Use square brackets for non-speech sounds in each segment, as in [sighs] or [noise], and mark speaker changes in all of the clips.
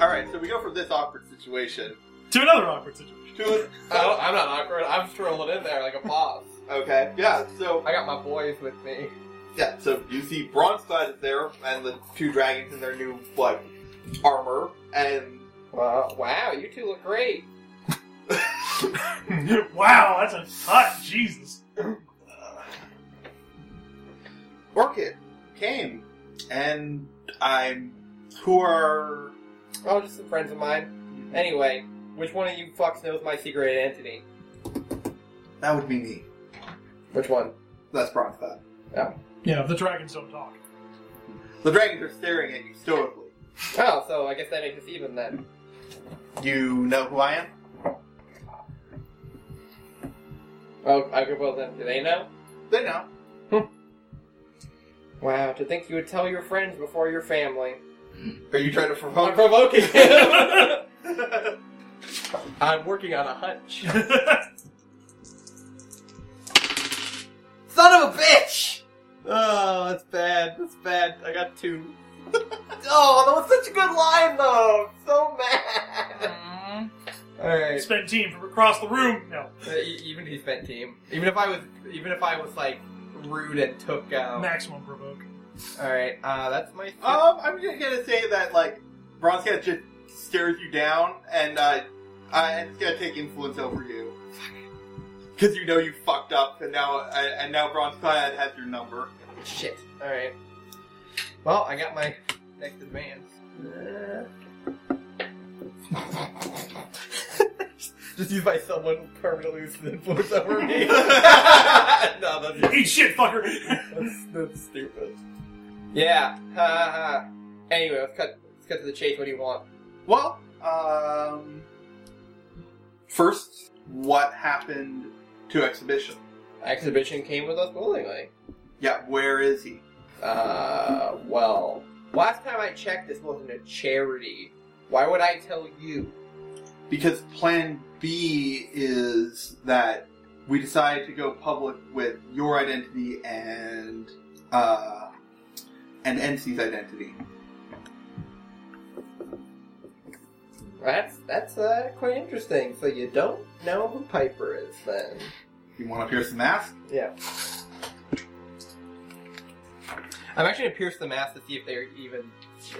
Speaker 1: All right, so we go from this awkward situation
Speaker 2: To another awkward situation.
Speaker 1: to
Speaker 3: I don't, I'm not awkward. I'm throwing it in there like a boss.
Speaker 1: okay, yeah. So
Speaker 3: I got my boys with me.
Speaker 1: yeah, so you see Bronzeclad is there and the two dragons in their new like armor, and
Speaker 3: Wow, wow you two look great.
Speaker 2: [laughs] wow, that's a hot Jesus.
Speaker 1: Orchid came, and I'm who are
Speaker 3: Oh, just some friends of mine. Anyway, which one of you fucks knows my secret identity?
Speaker 1: that would be me.
Speaker 3: Which one?
Speaker 1: That's Bronzeclad.
Speaker 2: Yeah, the dragons don't
Speaker 3: [laughs]
Speaker 2: talk. [laughs]
Speaker 1: The dragons are staring at you stoically.
Speaker 3: Oh, so I guess that makes us even then.
Speaker 1: You know who I am?
Speaker 3: Oh, I could well then. Do they know?
Speaker 1: They know.
Speaker 3: Wow, to think you would tell your friends before your family.
Speaker 1: Are you trying to
Speaker 3: I'm
Speaker 1: provoke?
Speaker 3: provoking [laughs] him! I'm working on a hunch.
Speaker 4: Son of a bitch!
Speaker 3: Oh, that's bad. That's bad. I got [laughs] two.
Speaker 4: Oh, that was such a good line, though. I'm so mad.
Speaker 3: Alright.
Speaker 2: Spent team from across the room. No,
Speaker 3: Uh, e- even if he spent team. Even if I was, even if I was like rude and took out.
Speaker 2: maximum provoke.
Speaker 3: All right, uh, that's my.
Speaker 1: Um, I'm just gonna say that like Bronzeclad just stares you down, and uh, uh, it's gonna take influence over you because you know you fucked up, and now uh, and now Bronzeclad has your number.
Speaker 3: Shit. All right. Well, I got my next advance. [laughs] Just use my someone permanently loses influence over [laughs] me. no, that's,
Speaker 2: Eat shit, fucker.
Speaker 3: that's that's stupid. Yeah. Ha ha. Anyway, let's cut. Let's cut to the chase. What do you want?
Speaker 1: Well, um, first, what happened to exhibition?
Speaker 3: Exhibition came with us willingly.
Speaker 1: Yeah, where is he?
Speaker 3: Uh, well, last time I checked, this wasn't a charity. Why would I tell you?
Speaker 1: Because plan B is that we decide to go public with your identity and uh, and NC's identity.
Speaker 3: That's that's uh, quite interesting. So you don't know who Piper is then?
Speaker 1: You want to pierce the mask?
Speaker 3: Yeah. I'm actually gonna pierce the mask to see if they're even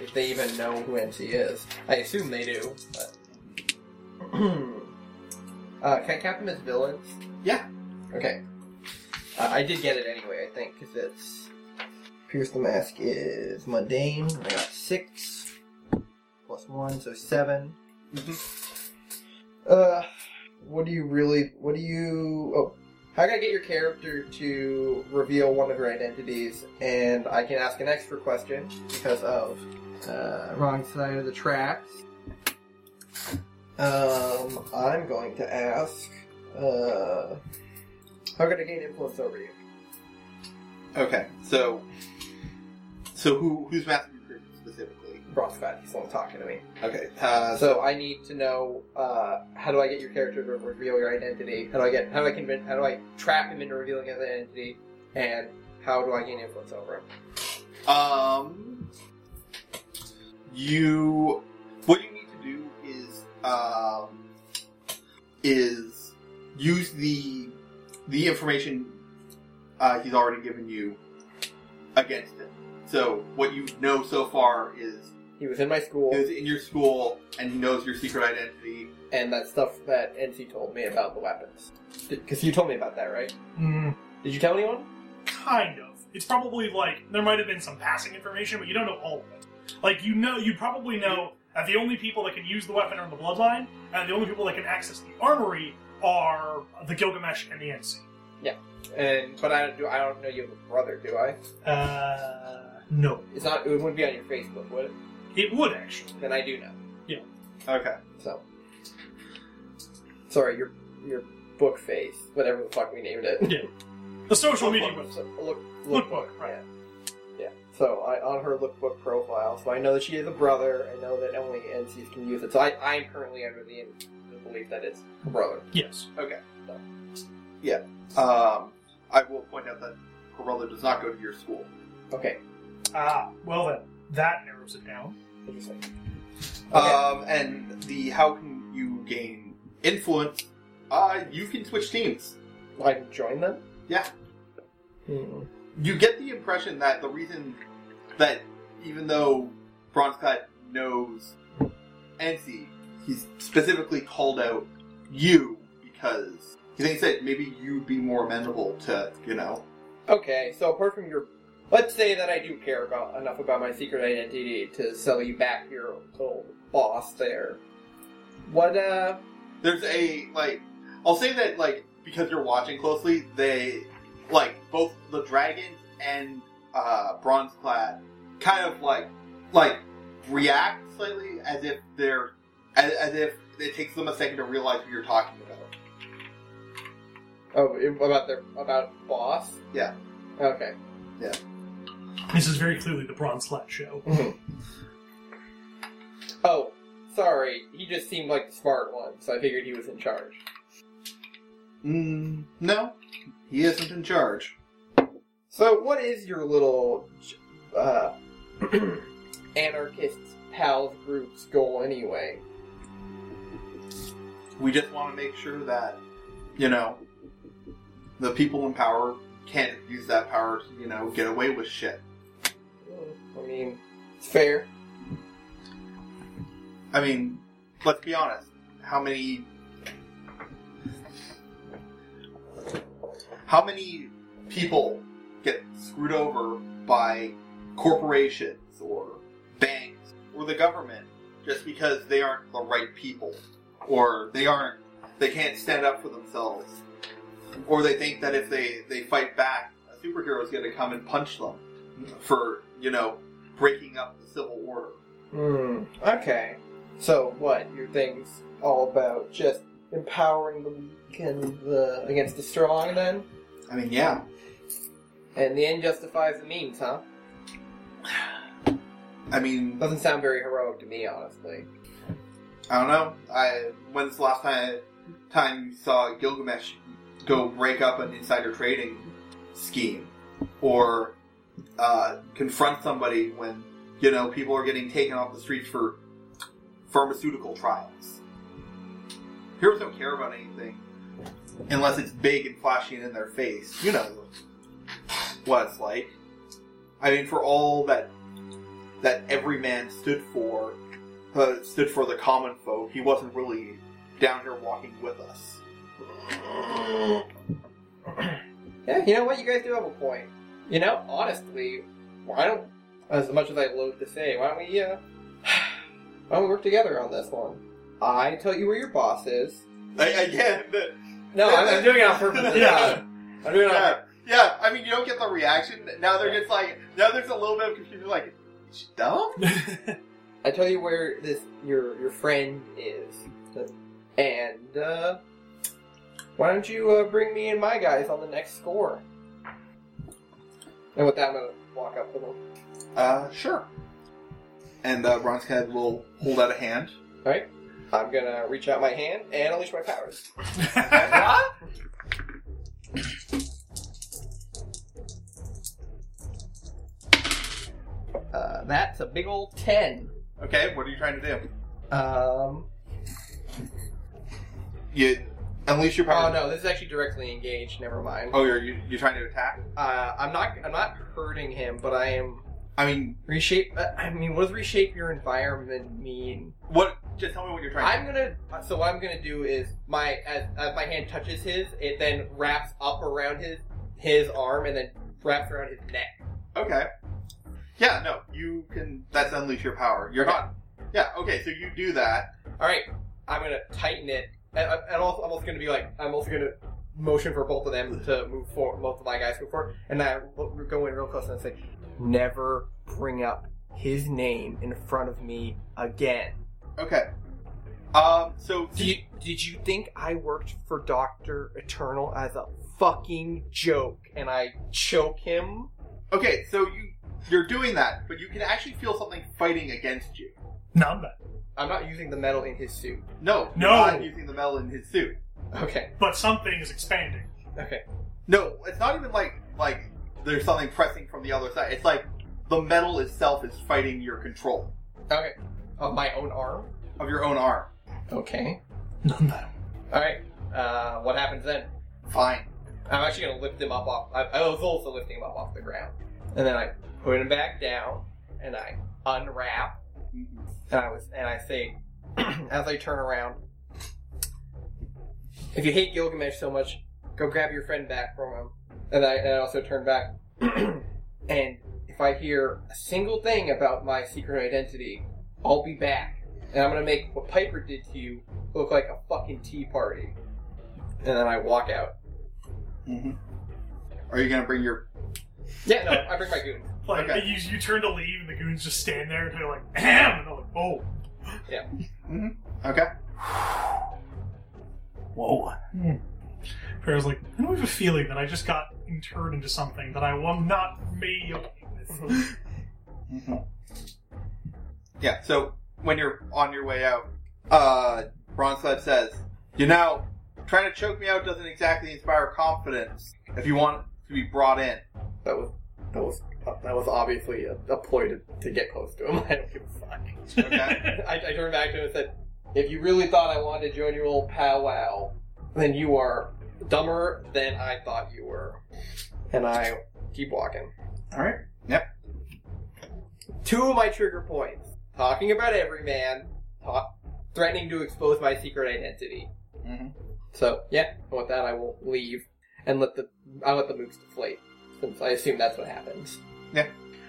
Speaker 3: if they even know who NC is. I assume they do. But... [clears throat] uh, can I count them as villains?
Speaker 1: Yeah.
Speaker 3: Okay. Uh, I did get it anyway. I think because it's pierce the mask is mundane. I got six plus one, so 7 Uh, what do you really? What do you? Oh, how can I get your character to reveal one of her identities? And I can ask an extra question because of uh, wrong side of the tracks. Um, I'm going to ask. Uh, how can I gain influence over you?
Speaker 1: Okay, so so who whose mask are you piercing specifically?
Speaker 3: Brothfat, he's not talking to me.
Speaker 1: Okay, uh, so
Speaker 3: So I need to know uh, how do I get your character to reveal your identity? How do I get how do I convince how do I trap him into revealing his identity? And how do I gain influence over him?
Speaker 1: um, you what you need to do is um is use the the information uh, he's already given you against him. So what you know so far is
Speaker 3: He was in my school,
Speaker 1: he was in your school and he knows your secret identity.
Speaker 3: and that stuff that NC told me about the weapons. Because you told me about that, right?
Speaker 2: [laughs] Mm,
Speaker 3: Did you tell anyone?
Speaker 2: kind of. It's probably like there might have been some passing information, but you don't know all of it. Like you know, you probably know that the only people that can use the weapon are the bloodline, and the only people that can access the armory are the Gilgamesh and the NC.
Speaker 3: And but I don't do I don't know you have a brother, do I?
Speaker 2: Uh, no,
Speaker 3: It's not it wouldn't be on your Facebook, would it?
Speaker 2: it would actually.
Speaker 3: Then I do know.
Speaker 1: Okay.
Speaker 3: So sorry, your your book face, whatever the fuck we named it.
Speaker 2: The social media
Speaker 3: Lookbook.
Speaker 2: website.
Speaker 3: So, look,
Speaker 2: Lookbook,
Speaker 3: lookbook,
Speaker 2: right.
Speaker 3: Yeah. yeah. So I, on her lookbook profile, so I know that she has a brother. I know that only NCs can use it. So I, I'm currently under the, the belief that it's her brother.
Speaker 2: Yes.
Speaker 1: Um, I will point out that Corella does not go to your school.
Speaker 3: Okay.
Speaker 2: Ah, well then, that narrows it down.
Speaker 3: Interesting. Okay.
Speaker 1: Um, and the how can you gain influence? Uh, you can switch teams.
Speaker 3: Like join them?
Speaker 1: Yeah.
Speaker 3: Hmm.
Speaker 1: You get the impression that the reason that even though Bronzcut knows Ansi, he's specifically called out you because he thinks that maybe you'd be more amenable to, you know.
Speaker 3: Okay, so apart from your, let's say that I do care about enough about my secret identity to sell you back your little boss there. What uh?
Speaker 1: There's a like I'll say that like because you're watching closely, they like both the dragon and uh bronze clad kind of like like react slightly as if they're as, as if it takes them a second to realize who you're talking about.
Speaker 3: Oh, about their about boss?
Speaker 1: Yeah.
Speaker 3: Okay. [laughs]
Speaker 2: This is very clearly the Bronze Slat
Speaker 3: [laughs]
Speaker 2: show.
Speaker 3: Oh, sorry. He just seemed like the smart one, so I figured he was in charge.
Speaker 1: Mm, no, he isn't in charge.
Speaker 3: So, what is your little uh, [clears throat] anarchist pals group's goal anyway?
Speaker 1: We just want to make sure that you know the people in power can't use that power to you know get away with shit.
Speaker 3: I mean, it's fair.
Speaker 1: I mean, let's be honest. How many? How many people get screwed over by corporations or banks or the government just because they aren't the right people, or they aren't, they can't stand up for themselves, or they think that if they they fight back, a superhero is going to come and punch them for you know breaking up the civil order.
Speaker 3: Hmm. Okay. So, what your thing's all about? Just empowering the weak and the against the strong, then.
Speaker 1: I mean, yeah.
Speaker 3: And the end justifies the means, huh?
Speaker 1: I mean,
Speaker 3: Doesn't sound very heroic to me, honestly. [clears throat]
Speaker 1: I don't know. I when's the last time time you saw Gilgamesh go break up an insider trading scheme or uh, confront somebody when you know people are getting taken off the streets for pharmaceutical trials? Heroes don't care about anything unless it's big and flashy and in their face. You know what it's like. I mean, for all that that every man stood for uh, stood for the common folk. He wasn't really down here walking with us.
Speaker 3: Yeah, you know what? You guys do have a point. You know, honestly, why don't as much as I loathe to say, why don't we uh, [sighs] why don't we work together on this one? I tell you where your boss is.
Speaker 1: I, I, yeah, but-
Speaker 3: No, I'm, I'm doing it on
Speaker 1: [laughs]
Speaker 3: purpose.
Speaker 1: Yeah.
Speaker 3: I'm doing it on purpose.
Speaker 1: [laughs] yeah, yeah. I mean, you don't get the reaction. Now they're just like, now there's a little bit of confusion. Like, is she dumb?
Speaker 3: I tell you where this your your friend is, and uh, why don't you uh, bring me and my guys on the next score? And with that, I'm gonna walk up to them.
Speaker 1: Uh, sure. And uh, Bronzehead will hold out a hand.
Speaker 3: I'm gonna reach out my hand and unleash my powers. Uh, that's a big old ten.
Speaker 1: [laughs] Okay, what are you trying to do?
Speaker 3: Um,
Speaker 1: You unleash your power.
Speaker 3: oh no, this is actually directly engaged. Never mind.
Speaker 1: Oh, you're you, you're trying to attack.
Speaker 3: Uh, I'm not. I'm not hurting him, but I am
Speaker 1: I mean,
Speaker 3: reshape. Uh, I mean, what does reshape your environment mean?
Speaker 1: what? Just tell me what you're trying.
Speaker 3: I'm gonna. uh, So what I'm gonna do is my as, as my hand touches his, it then wraps up around his his arm and then wraps around his neck.
Speaker 1: to Okay. Yeah, no, you can. That's unleash your power. You're
Speaker 3: Okay.
Speaker 1: not. Yeah. Okay, so you do that.
Speaker 3: All right, I'm gonna tighten it, and I'm, and also, I'm also gonna be like I'm also gonna motion for both of them to move forward. Both of my guys move forward, and I will go in real close and say, "Never bring up his name in front of me again."
Speaker 1: Okay. Um. So
Speaker 3: Do you, did you think I worked for Doctor Eternal as a fucking joke and I choke him?
Speaker 1: okay. So you you're doing that, but you can actually feel something fighting against you.
Speaker 2: no, I'm not.
Speaker 3: I'm not using the metal in his suit. [laughs]
Speaker 1: No.
Speaker 2: No.
Speaker 1: You're not using the metal in his suit.
Speaker 3: Okay,
Speaker 2: But something is expanding.
Speaker 3: okay.
Speaker 1: No. It's not even like like there's something pressing from the other side. It's like the metal itself is fighting your control.
Speaker 3: Okay. Of my own arm?
Speaker 1: of your own arm.
Speaker 3: Okay.
Speaker 2: No, no.
Speaker 3: Alright. Uh, what happens then?
Speaker 1: Fine.
Speaker 3: I'm actually gonna lift him up off. I, I was also lifting him up off the ground, and then I put him back down, and I unwrap,
Speaker 1: Mm-hmm.
Speaker 3: and I was, and I say, [clears throat] as I turn around, if you hate Gilgamesh so much, go grab your friend back from him. And I, and I also turn back, [clears throat] and if I hear a single thing about my secret identity, I'll be back, and I'm gonna make what Piper did to you look like a fucking tea party. And then I walk out.
Speaker 1: Mm-hmm. Are you gonna bring your?
Speaker 3: Yeah, no, I bring my goon.
Speaker 2: Like
Speaker 1: Okay.
Speaker 2: you, you turn to leave, and the goons just stand there, and they're like, "Ahem," and they're like, "Oh,
Speaker 1: Okay.
Speaker 2: whoa." Per's like, "I don't have a feeling that I just got interred into something that I am not made okay with."
Speaker 1: Mm-hmm. Yeah. So when you're on your way out, uh, Bronsled says, "You know, trying to choke me out doesn't exactly inspire confidence. If you want to be brought in,
Speaker 3: That was that was that was obviously a, a ploy to, to get close to him. [laughs] I don't give a fuck. [laughs]
Speaker 1: okay?
Speaker 4: [laughs]
Speaker 3: I, I turned back to him and said, "If you really thought I wanted to join your old powwow, then you are dumber than I thought you were." And I keep walking.
Speaker 1: All right.
Speaker 3: Two of my trigger points: talking about every man, ta- threatening to expose my secret identity.
Speaker 1: Mhm.
Speaker 3: So yeah, with that I will leave and let the I let the moves deflate, since I assume that's what happens.
Speaker 2: No,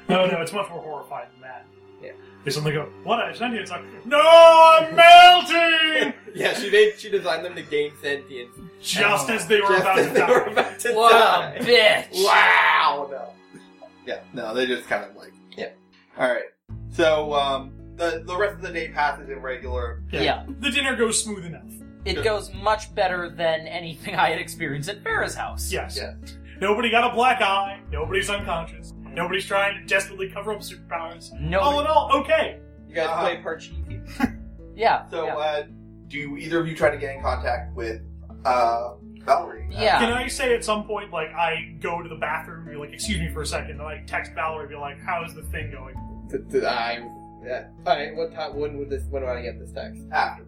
Speaker 2: Oh, no, it's much more horrifying than that.
Speaker 3: Yeah.
Speaker 2: They suddenly go, "What?" I sent you. It's like, "No, I'm melting!"
Speaker 3: Yeah, she did. She designed them to gain sentience.
Speaker 2: Oh, just as they were
Speaker 3: Just
Speaker 2: about
Speaker 3: as
Speaker 2: to
Speaker 3: they were
Speaker 2: die.
Speaker 3: about to
Speaker 4: What
Speaker 3: die.
Speaker 4: a bitch!
Speaker 3: Wow. No.
Speaker 1: Yeah, no, they just kind of like.
Speaker 3: Yep.
Speaker 1: All right. So um, the the rest of the day passes in regular.
Speaker 4: Yeah.
Speaker 2: The dinner goes smooth enough.
Speaker 4: it goes much better than anything [laughs] I had experienced at Farrah's house.
Speaker 2: Yes.
Speaker 1: Yeah.
Speaker 2: Nobody got a black eye. Nobody's unconscious. Nobody's trying to desperately cover up superpowers.
Speaker 4: No.
Speaker 2: All in all, okay.
Speaker 3: You guys
Speaker 2: Ah.
Speaker 1: Uh,
Speaker 3: play Parcheesi.
Speaker 4: yeah.
Speaker 1: So
Speaker 4: yeah.
Speaker 1: uh, do either of you try to get in contact with uh, Valerie?
Speaker 4: Yeah.
Speaker 2: Can I say at some point, like, I go to the bathroom and be like, excuse me for a second, and I text Valerie and be like, how is the thing going?
Speaker 3: Th- th- I. Yeah. All right. What time? When would this? When would I get this text?
Speaker 1: After.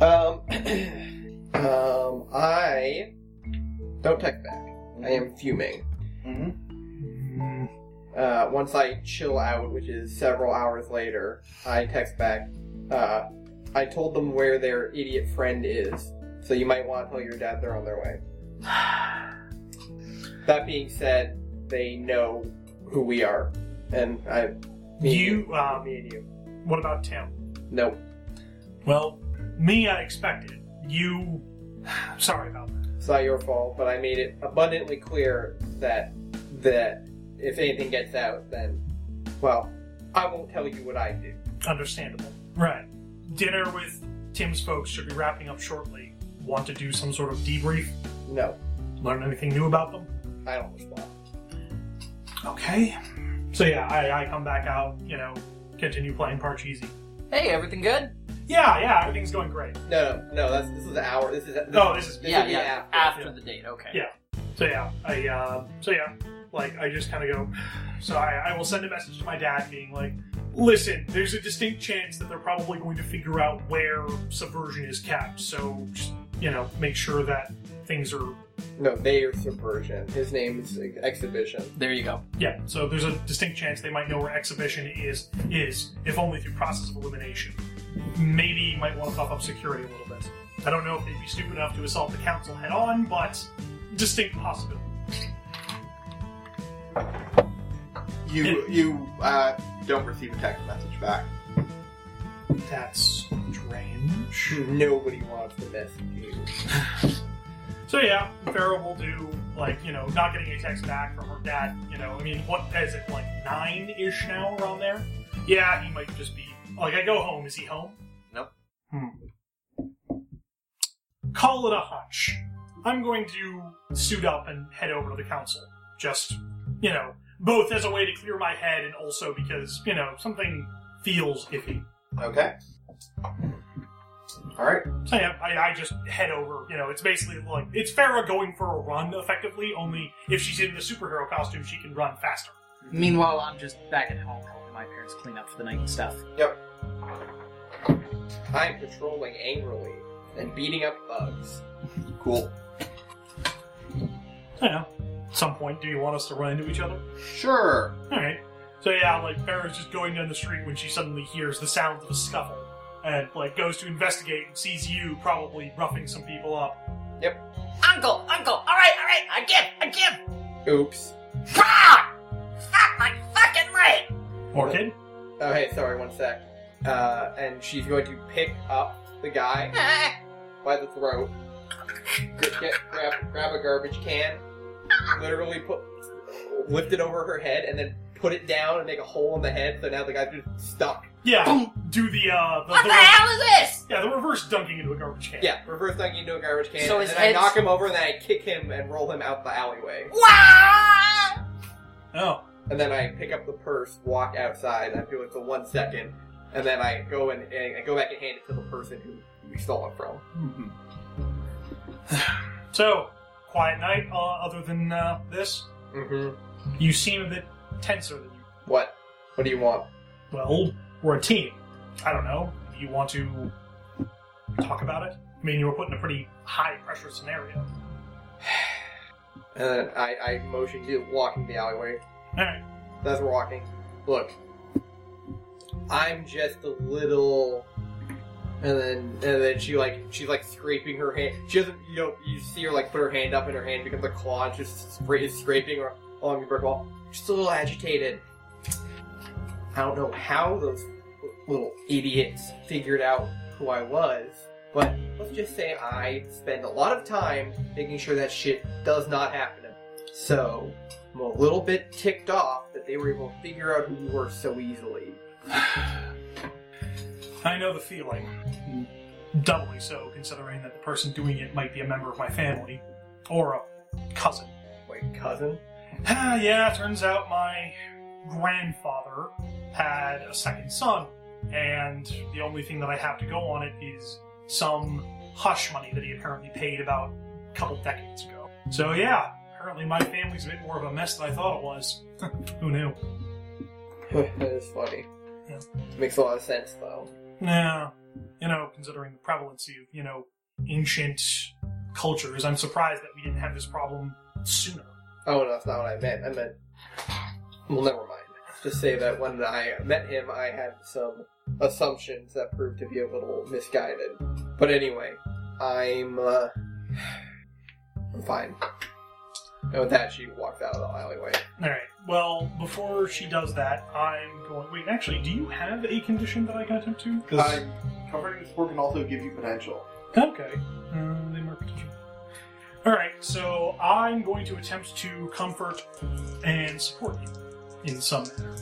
Speaker 3: Um. [clears throat] um. I don't text back. I am fuming.
Speaker 1: Mm-hmm.
Speaker 2: Mm-hmm.
Speaker 3: Uh, once I chill out, which is several hours later, I text back. Uh, I told them where their idiot friend is, so you might want to tell your dad they're on their [sighs] way. that being said, they know who we are, and I. me and
Speaker 2: You, um,
Speaker 3: me and you.
Speaker 2: What about Tim?
Speaker 3: No,
Speaker 2: Well, me, I expected. You. [sighs] Sorry about that.
Speaker 3: it's not your fault, but I made it abundantly clear that that if anything gets out, then well, I won't tell you what I do.
Speaker 2: Understandable. Right. Dinner with Tim's folks should be wrapping up shortly. Want to do some sort of debrief?
Speaker 3: No,
Speaker 2: Learn anything new about them?
Speaker 3: I don't respond.
Speaker 2: Okay. So yeah, I, I come back out, you know, continue playing Parcheesi.
Speaker 4: Hey, everything good?
Speaker 2: Yeah, yeah, everything's going great.
Speaker 3: No, no, no. That's this is our. This is this,
Speaker 2: No, this is
Speaker 3: This
Speaker 4: yeah,
Speaker 3: would be
Speaker 4: yeah.
Speaker 3: after,
Speaker 2: yeah.
Speaker 4: the date, okay.
Speaker 2: Yeah. so yeah, I uh, so yeah, like I just kind of go. So I, I will send a message to my dad, being like, "Listen, there's a distinct chance that they're probably going to figure out where subversion is kept. So just, you know, make sure that things are
Speaker 3: no. They are subversion. His name is Ex- exhibition.
Speaker 4: There you go.
Speaker 2: yeah. So there's a distinct chance they might know where exhibition is is if only through process of elimination. Maybe you might want to buff up security a little bit. I don't know if they'd be stupid enough to assault the council head on, but distinct possibility.
Speaker 1: You you uh, don't receive a text message back.
Speaker 2: That's strange.
Speaker 3: Nobody wants to mess with you.
Speaker 2: So yeah, Pharaoh will do like you know not getting a text back from her dad. You know, I mean, what is it like nine ish now around there? Yeah, he might just be like I go home. Is he home?
Speaker 1: Nope.
Speaker 2: Hmm. Call it a hunch. I'm going to suit up and head over to the council. Just you know, both as a way to clear my head and also because you know something feels iffy.
Speaker 1: Okay. All right.
Speaker 2: So yeah, I, I just head over. You know, it's basically like it's Farah going for a run, effectively. Only if she's in the superhero costume, she can run faster.
Speaker 4: Meanwhile, I'm just back at home helping my parents clean up for the night and stuff.
Speaker 3: I am patrolling angrily and beating up bugs.
Speaker 1: Cool.
Speaker 2: I know. At some point, do you want us to run into each other?
Speaker 1: Sure.
Speaker 2: Alright. So yeah, like Farrah's just going down the street when she suddenly hears the sound of a scuffle and like goes to investigate and sees you probably roughing some people up.
Speaker 5: Uncle, uncle, alright, alright, I give, I give!
Speaker 3: Oops.
Speaker 5: Bah! Fuck my fucking leg!
Speaker 2: Orchid?
Speaker 3: Oh, hey, sorry, one sec. Uh, and she's going to pick up the guy by the throat, get, get- grab, grab a garbage can, literally put, lift it over her head, and then put it down and make a hole in the head. So now the guy's just stuck.
Speaker 2: Yeah. Do the uh the,
Speaker 5: [laughs] What
Speaker 2: [laughs]
Speaker 5: the hell is this?
Speaker 2: yeah, the reverse dunking into a garbage can.
Speaker 3: Yeah, reverse dunking into a garbage can.
Speaker 5: So
Speaker 3: and
Speaker 5: his
Speaker 3: then
Speaker 5: head's-
Speaker 3: I knock him over, and then I kick him and roll him out the alleyway.
Speaker 5: Wah!
Speaker 2: Oh.
Speaker 3: And then I pick up the purse, walk outside. I'm doing it for one second, and then I go and, and I go back and hand it to the person who we stole it from.
Speaker 1: Mhm.
Speaker 2: So, quiet night, uh, other than uh, this.
Speaker 3: Mm-hmm.
Speaker 2: You seem a bit tenser than you
Speaker 3: What? What do you want?
Speaker 2: Well, we're a team. I don't know. Do you want to talk about it? I mean you were put in a pretty high pressure scenario.
Speaker 3: And then I, I motion you walking the alleyway.
Speaker 2: Alright.
Speaker 3: That's walking. Look, I'm just a little. And then, and then she like she's like scraping her hand. She doesn't, you know, you see her like put her hand up, and her hand becomes a claw, and she's scra- scraping her along the brick wall. Just a little agitated. I don't know how those little idiots figured out who I was, but let's just say I spend a lot of time making sure that shit does not happen. to me. So I'm a little bit ticked off that they were able to figure out who you were so easily.
Speaker 2: I know the feeling. Doubly so, considering that the person doing it might be a member of my family or a cousin.
Speaker 3: Wait, cousin? [laughs]
Speaker 2: Ah, yeah, turns out my grandfather had a second son, and the only thing that I have to go on it is some hush money that he apparently paid about a couple decades ago. So, yeah, apparently my family's a bit more of a mess than I thought it was. [laughs] Who knew?
Speaker 3: that is funny.
Speaker 2: Yeah.
Speaker 3: Makes a lot of sense though.
Speaker 2: Yeah, you know, considering the prevalence of, you know, ancient cultures, I'm surprised that we didn't have this problem sooner.
Speaker 3: Oh no, that's not what I meant. I meant. Well, never mind. Just say that when I met him, I had some assumptions that proved to be a little misguided. But anyway, I'm. Uh, I'm fine. And with that, she walked out of the alleyway.
Speaker 2: All right. Well, before she does that, I'm going. Wait, actually, do you have a condition that I can attempt to? 'Cause-
Speaker 1: Uh, covering this work can also give you potential.
Speaker 2: okay. Um, they mark potential. All right. So I'm going to attempt to comfort and support you in some manner.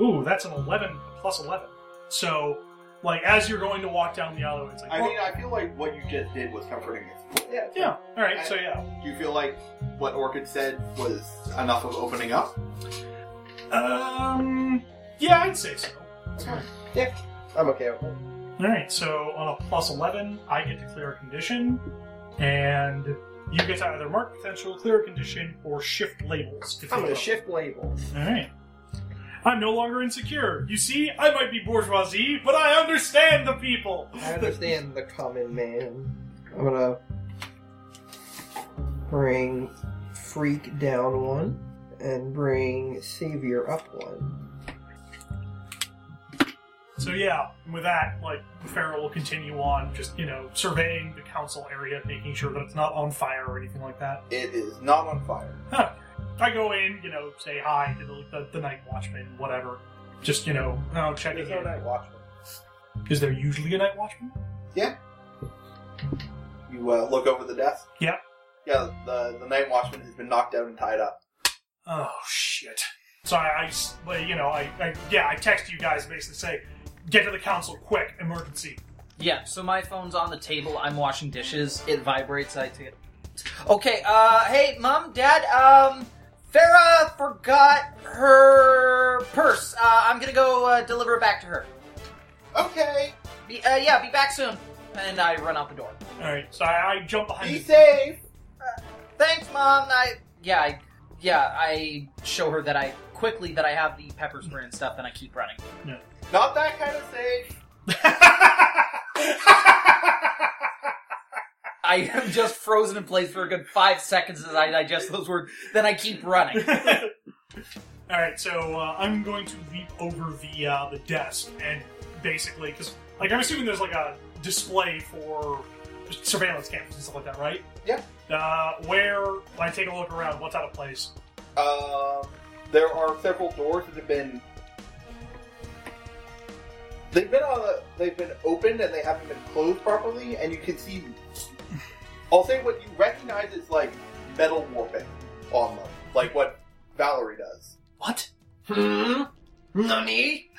Speaker 2: Ooh, that's an 11 plus 11. So, like, as you're going to walk down the alleyway, it's like,
Speaker 1: I
Speaker 2: well-
Speaker 1: mean, I feel like what you just did was comforting. us.
Speaker 3: Yeah.
Speaker 2: yeah. All right. so yeah.
Speaker 1: Do you feel like what Orchid said was enough of opening up?
Speaker 2: Um. Yeah, I'd say so.
Speaker 3: I'm okay with it.
Speaker 2: All right, so on a plus 11, I get to clear a condition, and you get to either mark potential, clear a condition, or shift labels. if
Speaker 3: I'm
Speaker 2: you
Speaker 3: gonna
Speaker 2: will.
Speaker 3: shift labels.
Speaker 2: All right. I'm no longer insecure. You see, I might be bourgeoisie, but I understand the people.
Speaker 3: I understand the common man. I'm gonna bring Freak down one and bring Savior up one.
Speaker 2: So yeah, with that, like Pharaoh will continue on, just you know, surveying the council area, making sure that it's not on fire or anything like that.
Speaker 1: It is not on fire.
Speaker 2: I go in, you know, say hi to the, the, the night watchman, whatever. Just you know, oh, check it.
Speaker 3: There's no
Speaker 2: in.
Speaker 3: night watchman.
Speaker 2: Is there usually a night watchman?
Speaker 1: You uh, look over the desk.
Speaker 2: Yeah.
Speaker 1: Yeah. The the night watchman has been knocked out and tied up.
Speaker 2: Oh shit! So I, I s- well, you know, I, I, yeah, I text you guys basically say, get to the council quick, emergency.
Speaker 6: Yeah, so my phone's on the table. I'm washing dishes. It vibrates. I take it. Okay, uh, hey, mom, dad, um, Farah forgot her purse. Uh, I'm gonna go uh, deliver it back to her.
Speaker 1: Okay.
Speaker 6: Be, uh, yeah, be back soon. And I run out the door.
Speaker 2: All right, so I, I jump behind.
Speaker 1: Be
Speaker 2: the-
Speaker 1: safe.
Speaker 6: Thanks, mom. I yeah, I yeah, I show her that I quickly that I have the pepper spray and stuff, and I keep running.
Speaker 3: Not that kind of safe.
Speaker 6: I am just frozen in place for a good five seconds as I digest those words. Then I
Speaker 5: [laughs]
Speaker 6: keep running.
Speaker 2: [laughs] All right, so uh, I'm going to leap over the uh, the desk and basically because like I'm assuming there's like a display for surveillance cameras and stuff like that, right?
Speaker 3: Yeah.
Speaker 2: Uh, where when I take a look around, what's out of place?
Speaker 1: Um, there are several doors that have been
Speaker 3: They've been uh, they've been opened and they haven't been closed properly, and you can see. I'll say what you recognize is like metal warping on them, like what Valerie does.
Speaker 2: What?
Speaker 5: Hmm? Nani?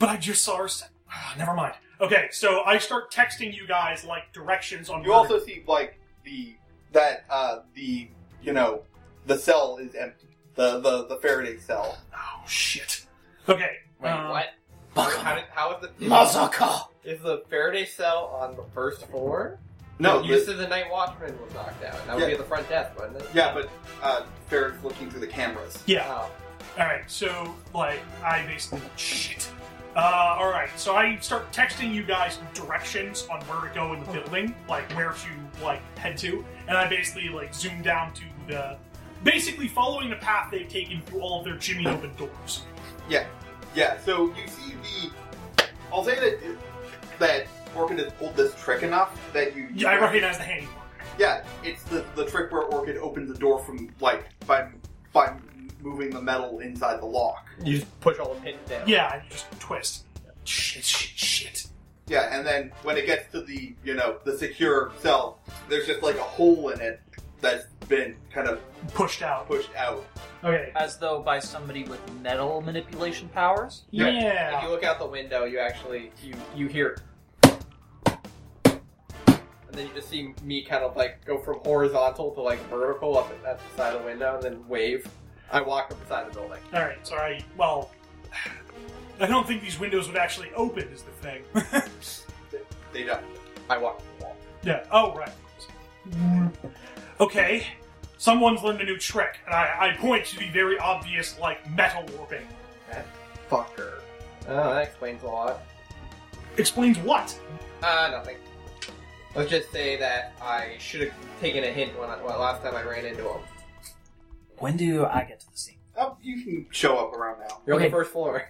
Speaker 2: But I just saw her. St- Never mind. Okay, so I start texting you guys like directions on.
Speaker 1: You
Speaker 2: where to
Speaker 1: also see like the that uh the you know the cell is empty. The the, the Faraday cell.
Speaker 2: Oh shit. Okay.
Speaker 6: Wait,
Speaker 2: um,
Speaker 6: what?
Speaker 3: How, did, how is the
Speaker 6: Mazaka!
Speaker 3: is the Faraday cell on the first floor?
Speaker 1: No,
Speaker 3: you
Speaker 1: the-
Speaker 3: said the night watchman was knocked out. and That would
Speaker 1: Yeah.
Speaker 3: be at the front desk, wouldn't it?
Speaker 1: yeah, but uh Faraday's looking through the cameras.
Speaker 2: Yeah.
Speaker 3: Oh.
Speaker 2: All right. So like I basically shit. Uh, all right. So I start texting you guys directions on where to go in the building, like where to like head to, and I basically like zoom down to the basically following the path they've taken through all of their jimmy open doors.
Speaker 1: Yeah, so you see the I'll say that that Orchid has pulled this trick enough that you
Speaker 2: Yeah, I recognize the handiwork.
Speaker 1: Yeah, it's the the trick where Orchid opens the door from like by by moving the metal inside the lock.
Speaker 3: You just push all the pins down.
Speaker 2: Yeah, you just twist. Shit, shit, shit.
Speaker 1: Yeah, and then when it gets to the you know the secure cell, there's just like a hole in it that's been kind of
Speaker 2: Pushed out.
Speaker 1: pushed out.
Speaker 2: Okay.
Speaker 6: As though by somebody with metal manipulation powers.
Speaker 1: Yeah.
Speaker 2: Yeah.
Speaker 3: If you look out the window, you actually you you hear, and then you just see me kind of like go from horizontal to like vertical up at, at the side of the window, and then wave. I walk up the side of the building.
Speaker 2: All right, so I well, I don't think these windows would actually open. Is the thing? [laughs]
Speaker 1: They don't.
Speaker 3: I walk to the wall.
Speaker 2: yeah. Oh right. Okay. Someone's learned a new trick, and I, I point to the very obvious like metal warping.
Speaker 3: Fucker. Oh, that explains a lot.
Speaker 2: Explains what?
Speaker 3: Uh, nothing. Let's just say that I should have taken a hint when I, well, last time I ran into him.
Speaker 6: When do I get to the scene?
Speaker 1: Oh, you can show up around now.
Speaker 3: You're on
Speaker 6: Okay.
Speaker 3: the first floor.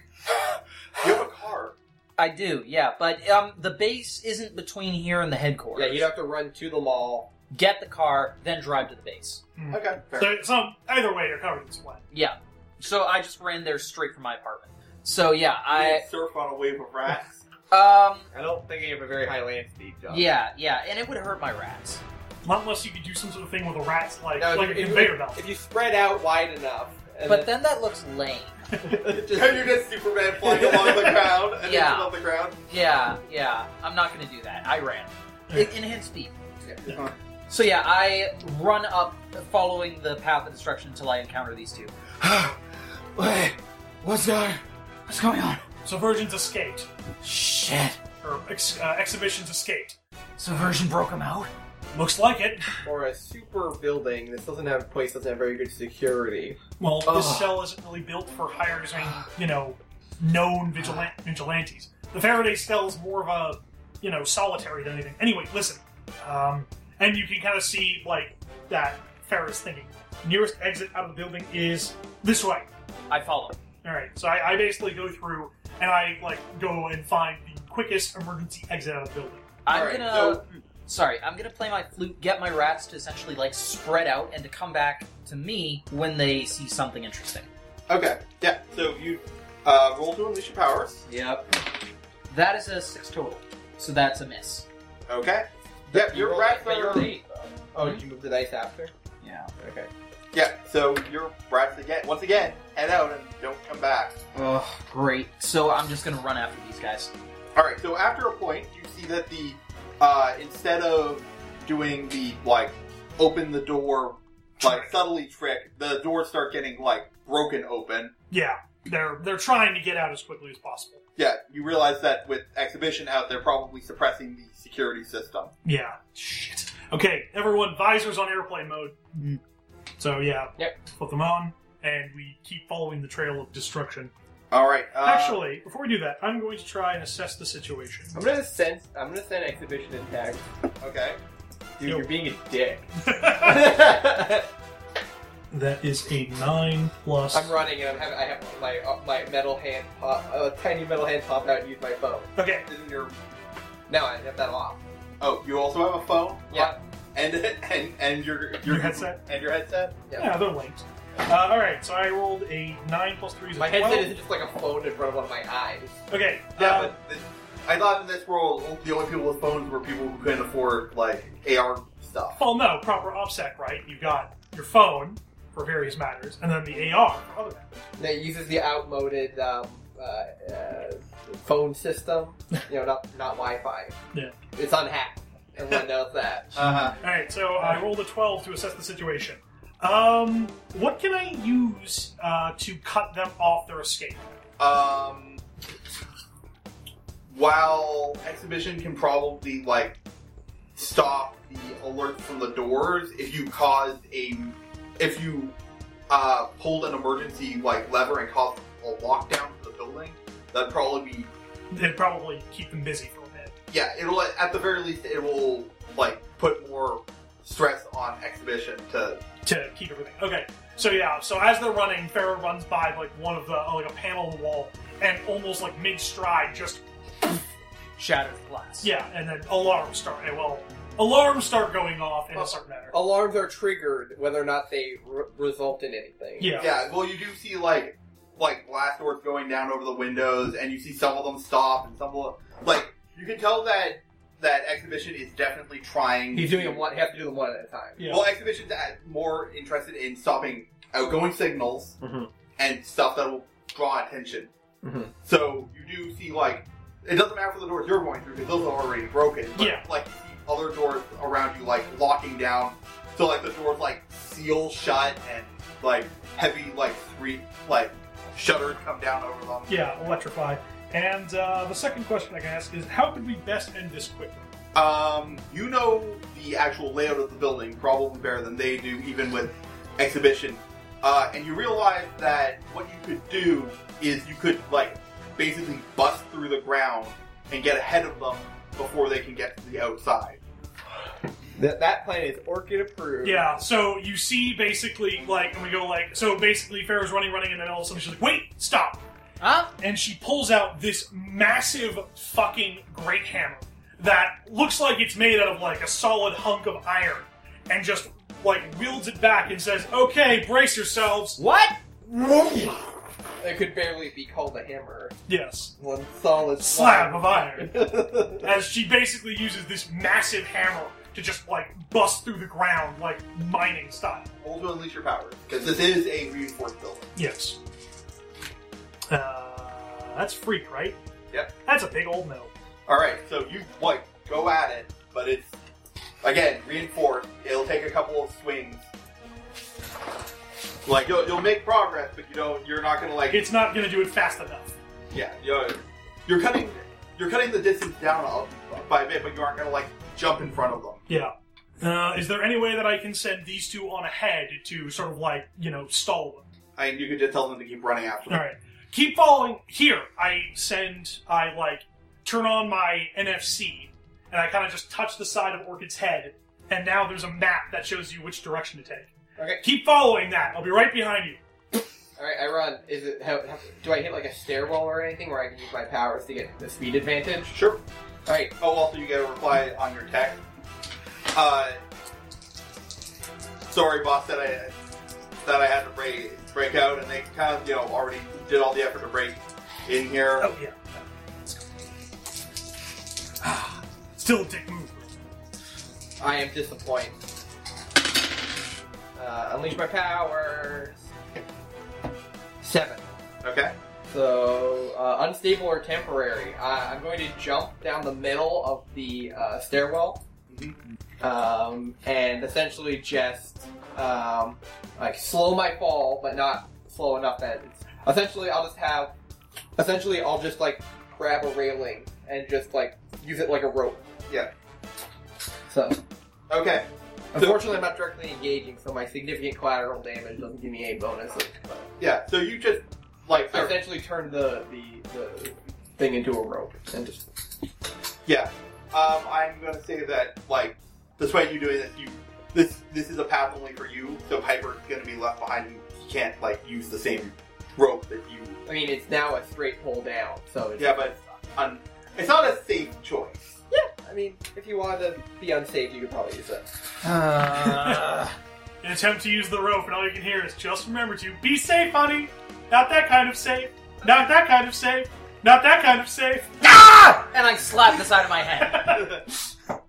Speaker 1: You have a car.
Speaker 6: I do, yeah, but um, the base isn't between here and the headquarters.
Speaker 3: Yeah, you'd have to run to the mall.
Speaker 6: Get the car, then drive to the base.
Speaker 1: Okay, fair.
Speaker 2: So, so either way, they're covered in sweat.
Speaker 6: Yeah. So I just ran there straight from my apartment. So yeah, I
Speaker 1: surf on a wave of rats.
Speaker 6: um
Speaker 3: I don't think I have a very high land speed, John.
Speaker 6: yeah yeah, and it would hurt my rats.
Speaker 2: Not unless you could do some sort of thing with a rat's like
Speaker 3: No,
Speaker 2: like
Speaker 3: if,
Speaker 2: a
Speaker 3: if-
Speaker 2: conveyor belt.
Speaker 3: if you spread out wide enough, and
Speaker 6: But then that looks lame.
Speaker 3: then, just,
Speaker 1: You're just Superman flying along the ground and
Speaker 6: Yeah.
Speaker 1: then on the ground.
Speaker 6: Yeah yeah, I'm not gonna do that. I ran. In, in hit speed.
Speaker 1: Yeah.
Speaker 6: So yeah, I run up, following the path of destruction until I encounter these two.
Speaker 5: Wait, what's going? What's going on?
Speaker 2: Subversions escaped,
Speaker 5: Shit!
Speaker 2: or ex, uh, exhibitions escaped.
Speaker 5: Subversion broke him out.
Speaker 2: Looks like it.
Speaker 3: or a super building. This doesn't have place doesn't have very good security.
Speaker 2: Well,
Speaker 5: Ugh.
Speaker 2: this cell isn't really built for hiring, you know, known vigilant- vigilantes. The Faraday cell is more of a, you know, solitary than anything. Anyway, listen. Um, and you can kind of see, like, that Ferris thinking. Nearest exit out of the building is this way.
Speaker 6: I follow.
Speaker 2: All right, so I, I basically go through and I, like, go and find the quickest emergency exit out of the building.
Speaker 6: I'm
Speaker 1: Alright,
Speaker 6: gonna.
Speaker 1: so-
Speaker 6: Sorry, I'm gonna play my flute, get my rats to essentially like spread out and to come back to me when they see something interesting.
Speaker 1: Okay, yeah. So you uh, roll to unleash your powers.
Speaker 6: Yep. That is a six total, so that's a miss.
Speaker 1: Okay. Yeah,
Speaker 3: You
Speaker 1: your
Speaker 3: rolled-
Speaker 1: rats
Speaker 3: but you rolled
Speaker 1: are.
Speaker 3: eight, though. Oh,
Speaker 6: Hmm?
Speaker 3: did you move the dice after?
Speaker 6: Yeah.
Speaker 3: Okay.
Speaker 1: Yeah, so your rats again. Once again, head out and don't come back.
Speaker 6: Ugh, great. So I'm just gonna run after these guys.
Speaker 1: All right. So after a point, you see that the uh, instead of doing the like open the door like subtly trick, the doors start getting like broken open.
Speaker 2: Yeah, they're they're trying to get out as quickly as possible.
Speaker 1: Yeah, you realize that with exhibition out, they're probably suppressing the security system.
Speaker 2: Yeah. Shit. Okay, everyone, visors on airplane mode. So yeah.
Speaker 3: Yep.
Speaker 2: Put them on. and we keep following the trail of destruction.
Speaker 1: All right. Uh,
Speaker 2: Actually, before we do that, I'm going to try and assess the situation.
Speaker 3: I'm gonna send. I'm gonna send exhibition intact.
Speaker 1: okay.
Speaker 3: Dude,
Speaker 2: Yo.
Speaker 3: you're being a [laughs] dick.
Speaker 2: [laughs] that
Speaker 3: I'm
Speaker 2: is a nine plus.
Speaker 3: running and I'm having, I have my uh, my metal hand pop, a tiny metal hand pop out and use my phone.
Speaker 2: Okay,
Speaker 1: Isn't your
Speaker 3: Now I have that off.
Speaker 1: oh? You also have a phone?
Speaker 3: Yeah.
Speaker 1: And [laughs] and and your your,
Speaker 2: Your headset?
Speaker 1: and your headset.
Speaker 2: yeah, they're linked. Uh, all right, so I rolled a nine plus three is a
Speaker 3: My
Speaker 2: 12.
Speaker 3: headset is just like a phone in front of one of my eyes.
Speaker 2: Okay,
Speaker 1: Yeah,
Speaker 2: uh,
Speaker 1: but th- I thought in this world the only people with phones were people who couldn't afford like AR stuff.
Speaker 2: Well, no, proper OPSEC, right? You've got your phone for various matters, and then the AR for other matters.
Speaker 3: And it uses the outmoded um, uh, uh,
Speaker 2: [laughs]
Speaker 3: phone system. You know, not not Wi-Fi.
Speaker 2: Yeah.
Speaker 3: It's unhacked. Everyone
Speaker 2: [laughs]
Speaker 3: knows that.
Speaker 1: Uh
Speaker 2: All right, so I rolled a 12 to assess the situation. Um, what can I use uh, to cut them off their escape?
Speaker 1: huh. Um. While exhibition can probably like stop the alert from the doors if you caused a if you uh, pulled an emergency like lever and caused a lockdown to the building, that'd probably be
Speaker 2: It'd probably keep them busy for a bit.
Speaker 1: yeah, it'll at the very least it will like put more stress on exhibition to
Speaker 2: to keep everything. Okay. So yeah, so as they're running, Pharaoh runs by like one of the uh, like a panel on the wall, and almost like mid stride, just
Speaker 6: Shatters glass.
Speaker 2: yeah, and then alarms start. and, Well, alarms start going off in a certain manner.
Speaker 3: Alarms are triggered whether or not they re- result in anything.
Speaker 2: Yeah.
Speaker 1: Yeah, well, you do see like like glass doors going down over the windows, and you see some of them stop, and some of them, like you can tell that that exhibition is definitely trying.
Speaker 3: He's
Speaker 1: to-
Speaker 3: doing them one. You have to do them one at a time.
Speaker 2: Yeah.
Speaker 1: Well, exhibition's at, more interested in stopping outgoing signals
Speaker 2: Mm-hmm.
Speaker 3: Mhm.
Speaker 1: and stuff that will draw attention.
Speaker 3: Mhm.
Speaker 1: So you do see like it doesn't matter for the doors you're going through because those are already broken. But,
Speaker 2: Yeah.
Speaker 1: Like you see other doors around you like locking down, so like the doors like seal shut and like heavy like three like shutters come down over them.
Speaker 2: Yeah, electrify. And uh, the second question I can ask is, how could we best end this quickly?
Speaker 1: Um, you know the actual layout of the building probably better than they do, even with exhibition. Uh, and you realize that what you could do is you could like basically bust through the ground and get ahead of them before they can get to the outside.
Speaker 3: That that plan is orchid approved.
Speaker 2: Yeah, so you see basically like, and we go like, so basically Pharaoh's running, running, and then all of a sudden she's like, wait, stop.
Speaker 6: Huh?
Speaker 2: And she pulls out this massive fucking great hammer that looks like it's made out of like a solid hunk of iron and just like wields it back and says, okay, brace yourselves.
Speaker 6: What?
Speaker 3: It could barely be called a hammer.
Speaker 2: Yes.
Speaker 3: One solid
Speaker 2: Slab of iron.
Speaker 3: [laughs] slab.
Speaker 2: As she basically uses this massive hammer to just like bust through the ground like mining style.
Speaker 1: Hold to unleash your powers because this is a reinforced building.
Speaker 2: Yes. Uh, that's freak, right?
Speaker 1: Yep.
Speaker 2: That's a big old no.
Speaker 1: All right, so you like go at it, but it's again reinforced. It'll take a couple of swings. Like you'll, you'll make progress, but you don't. You're not gonna like
Speaker 2: It's not gonna do it fast enough.
Speaker 1: Yeah, you're, you're cutting you're cutting the distance down a- by a bit, but you aren't gonna like jump in front of them.
Speaker 2: Yeah. Uh, is there any way that I can send these two on ahead to sort of like you know stall them?
Speaker 1: I mean, you could just tell them to keep running after
Speaker 2: All
Speaker 1: them.
Speaker 2: right. Keep following. Here, I send. I like turn on my NFC, and I kind of just touch the side of Orchid's head, and now there's a map that shows you which direction to take.
Speaker 3: Okay.
Speaker 2: Keep following that. I'll be right behind you.
Speaker 3: All right, I run. Is it? How, how, do I hit like a stairwell or anything where I can use my powers to get the speed advantage?
Speaker 1: Sure.
Speaker 3: All right.
Speaker 1: Oh, also you get a reply on your text. Uh, sorry, boss, that I that I had to break break out, and they kind of you know already did all the effort to break in here.
Speaker 2: Oh yeah. Let's go. Ah, [sighs] Still a dick move.
Speaker 3: I am disappointed. Uh, unleash my powers. Seven.
Speaker 1: Okay.
Speaker 3: So uh, unstable or temporary. Uh, I'm going to jump down the middle of the uh, stairwell, um, and essentially just um, like slow my fall, but not slow enough that it's, essentially I'll just have. Essentially, I'll just like grab a railing and just like use it like a rope.
Speaker 1: Yeah.
Speaker 3: So
Speaker 1: Okay.
Speaker 3: Unfortunately, I'm not directly engaging, so my significant collateral damage doesn't give me any bonuses. But
Speaker 1: Yeah, so you just like
Speaker 3: I
Speaker 1: sort of-
Speaker 3: essentially turned the, the the thing into a rope and just
Speaker 1: yeah. Um, I'm gonna say that like this way you doing this, you this this is a path only for you. So Piper's gonna be left behind. and He can't like use the same rope that you.
Speaker 3: I mean, it's now a straight pull down, so it's,
Speaker 1: Yeah, but um, it's not a safe [laughs] choice.
Speaker 3: I mean, if you wanted to be unsafe, you could probably use it.
Speaker 6: Uh,
Speaker 2: An attempt to use the rope, and all you can hear is just remember to be safe, honey. Not that kind of safe. Not that kind of safe. Not that kind of safe.
Speaker 6: ah! [laughs] And I slap the side of my head.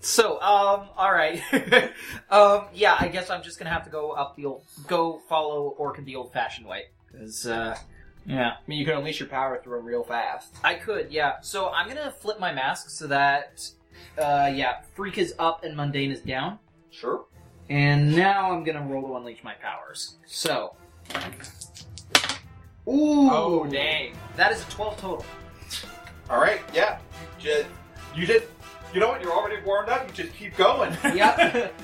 Speaker 6: So, um, all right, [laughs] um, yeah, I guess I'm just gonna have to go up the old, go follow Orchid the old-fashioned way, because, uh, yeah,
Speaker 3: I mean, you can unleash your power through him real fast.
Speaker 6: I could, yeah. So I'm gonna flip my mask so that, uh, yeah, freak is up and mundane is down.
Speaker 3: Sure.
Speaker 6: And now I'm gonna roll to unleash my powers. So. Ooh!
Speaker 3: Oh, dang.
Speaker 6: That is a
Speaker 3: [laughs]
Speaker 6: 12 total.
Speaker 1: All right. Yeah. You just you just you know what? You're already warmed up. You just keep [laughs] going.
Speaker 6: Yep.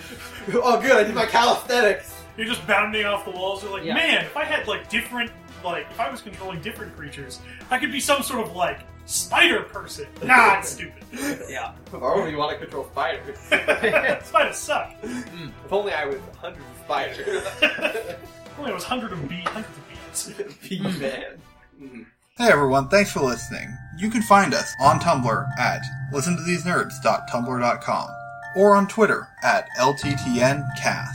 Speaker 3: oh, good. I did my calisthenics.
Speaker 2: You're just bounding off the walls. You're like,
Speaker 6: Yeah.
Speaker 2: man, if I had like different, like if I was controlling different creatures, I could be some sort of like spider person. Nah, it's stupid.
Speaker 6: yeah.
Speaker 3: Or if you want to control spiders.
Speaker 2: Spiders suck.
Speaker 3: If only I was 100 [laughs] spiders.
Speaker 2: Only I was hundred of bee, hundreds of bees.
Speaker 3: Man.
Speaker 7: Hey everyone, thanks for listening. You can find us on Tumblr at listentothesenerds.tumblr.com or on Twitter at LTTNcast.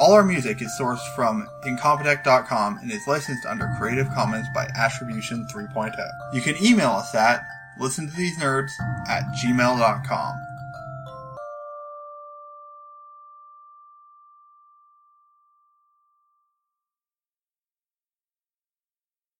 Speaker 7: All our music is sourced from incompetech.com and is licensed under Creative Commons by oh. Attribution 3.0. You can email us at listentothesenerds at gmail.com.